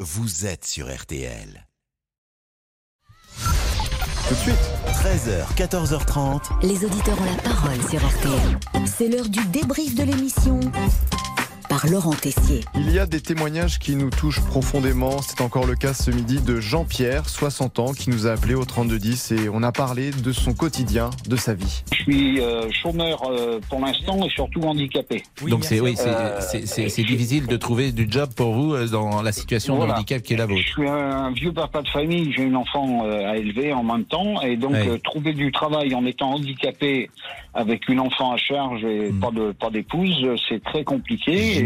vous êtes sur RTL. Tout de suite. 13h, 14h30. Les auditeurs ont la parole sur RTL. C'est l'heure du débrief de l'émission par Laurent Tessier. Il y a des témoignages qui nous touchent profondément. C'est encore le cas ce midi de Jean-Pierre, 60 ans, qui nous a appelé au 3210 et on a parlé de son quotidien, de sa vie. Je suis euh, chômeur euh, pour l'instant et surtout handicapé. Donc c'est oui, Euh, c'est- c'est c'est- c'est difficile de trouver du job pour vous euh, dans la situation Voilà. de handicap qui est la Je vôtre. suis un vieux papa de famille, j'ai une enfant euh, à élever en même temps et donc Ouais. euh, trouver du travail en étant handicapé avec une enfant à charge et Mm. pas de pas d'épouse, euh, c'est très compliqué. J'imagine.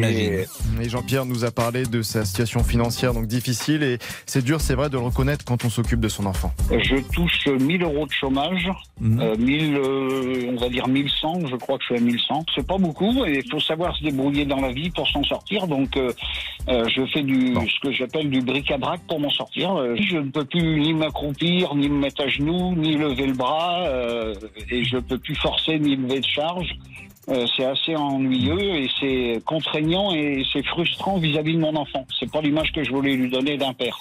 Et, Et Jean-Pierre nous a parlé de sa situation financière, donc difficile, et c'est dur, c'est vrai, de le reconnaître quand on s'occupe de son enfant. euh, je touche 1000 euros de chômage, Mhm. euh, 1000, euh, on va dire 1100, je crois que je suis à 1100. C'est pas beaucoup et il faut savoir se débrouiller dans la vie pour s'en sortir. Donc euh, euh, je fais du ce que j'appelle du bric-à-brac pour m'en sortir. Euh, je ne peux plus ni m'accroupir, ni me mettre à genoux, ni lever le bras euh, et je peux plus forcer ni lever de charge. Euh, c'est assez ennuyeux et c'est contraignant et c'est frustrant vis-à-vis de mon enfant. C'est pas l'image que je voulais lui donner d'un père.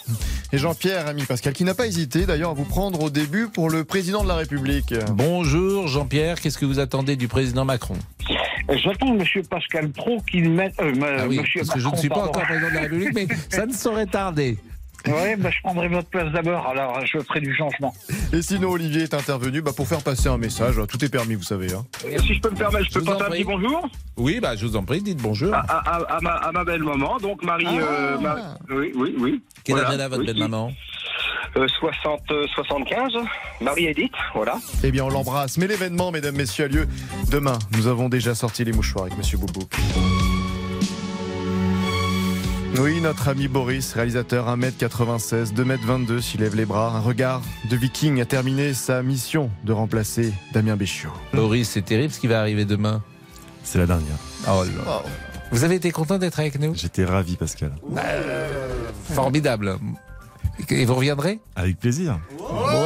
Et Jean-Pierre, ami Pascal, qui n'a pas hésité d'ailleurs à vous prendre au début pour le président de la République. Bonjour Jean-Pierre, qu'est-ce que vous attendez du président Macron Euh, J'attends Monsieur Pascal Pro qu'il mette. euh, me- Ah oui, Monsieur parce que je ne Macron, suis pas pardon. encore président de la République, mais ça ne saurait tarder. Ouais, bah, je prendrai votre place d'abord, alors je ferai du changement. Et sinon, Olivier est intervenu bah, pour faire passer un message. Tout est permis, vous savez. hein. Si je peux me permettre, je Je peux vous passer en un petit prie. bonjour Oui, bah je vous en prie, dites bonjour. Ah, à, à- à ma, à ma belle maman. Donc Marie, Ah. euh, ma- oui, oui, oui. Quelle voilà, âge elle a votre oui. belle maman Euh, 60, euh, 75. Marie Edith, voilà. Eh bien, on l'embrasse. Mais l'événement, mesdames, messieurs, a lieu demain. Nous avons déjà sorti les mouchoirs avec Monsieur Boubouk. Oui, notre ami Boris, réalisateur 1m96, 2m22, s'il lève les bras, un regard de viking a terminé sa mission de remplacer Damien Béchiot. Boris, c'est terrible ce qui va arriver demain. C'est la dernière. Oh là. Vous avez été content d'être avec nous J'étais ravi, Pascal. Formidable. Et vous reviendrez Avec plaisir. Ouais,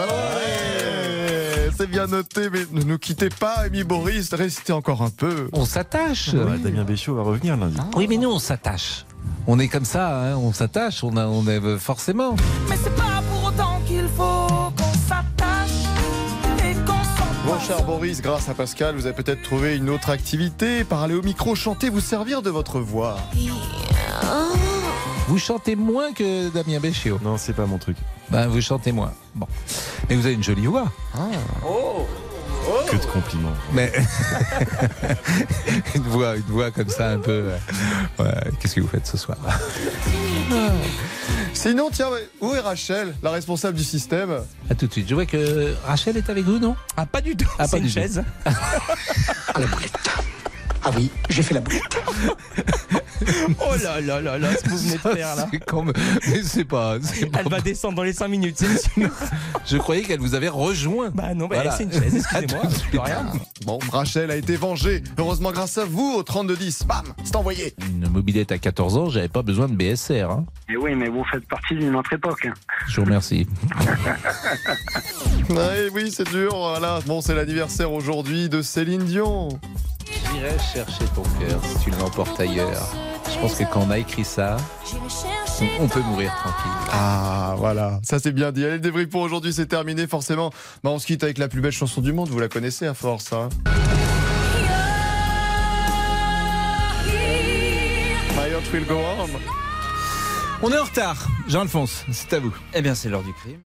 Eh, C'est bien noté, mais ne nous quittez pas, ami Boris, restez encore un peu. On s'attache. Ouais, Damien Béchiot va revenir lundi. Oui, mais nous, on s'attache. On est comme ça, hein, on s'attache, on, a- on est euh, forcément. Mais c'est pas pour autant qu'il faut qu'on s'attache et qu'on Mon s'en cher Boris, grâce à Pascal, vous avez peut-être trouvé une autre activité, parler au micro, chanter, vous servir de votre voix. Vous chantez moins que Damien Béchiot. Non, c'est pas mon truc. Ben, vous chantez moins. Bon. Mais vous avez une jolie voix. Que de compliments. Mais une voix, une voix comme ça un peu. euh, ouais, Qu'est-ce que vous faites ce soir Sinon, tiens, ouais, où est Rachel, la responsable du système À tout de suite. Je vois que Rachel est avec vous, non Ah, pas du tout. Ah, pas c'est une du tout. chaise. Ah, la brute. Ah oui, j'ai fait la brute. oh là là là là, ce que vous venez de faire là. C'est quand même- Mais c'est pas. c'est pas- Elle va descendre dans les 5 minutes, c'est sûr. Je croyais qu'elle vous avait rejoint. Bah non, bah, Voilà. c'est une chaise, excusez-moi. À tout de de rien. Bon, Rachel a été vengée. Heureusement, grâce à vous, au 3210. Bam, c'est envoyé. Une mobilette à 14 ans, j'avais pas besoin de BSR. hein. Et Eh oui, mais vous faites partie d'une autre époque. hein. Je vous remercie. Ouais, Eh oui, c'est dur. Voilà. Bon, c'est l'anniversaire aujourd'hui de Céline Dion. J'irai chercher ton cœur si tu l'emportes ailleurs. Je pense que quand on a écrit ça, on, on peut mourir tranquille. Ah, voilà. Ça, c'est bien dit. Allez, le débrief pour aujourd'hui, c'est terminé. Forcément, bah, on se quitte avec la plus belle chanson du monde. Vous la connaissez à force. Hein My Heart Will Go On. On est en retard, Jean-Alphonse, c'est à vous. Eh bien, c'est l'heure du crime.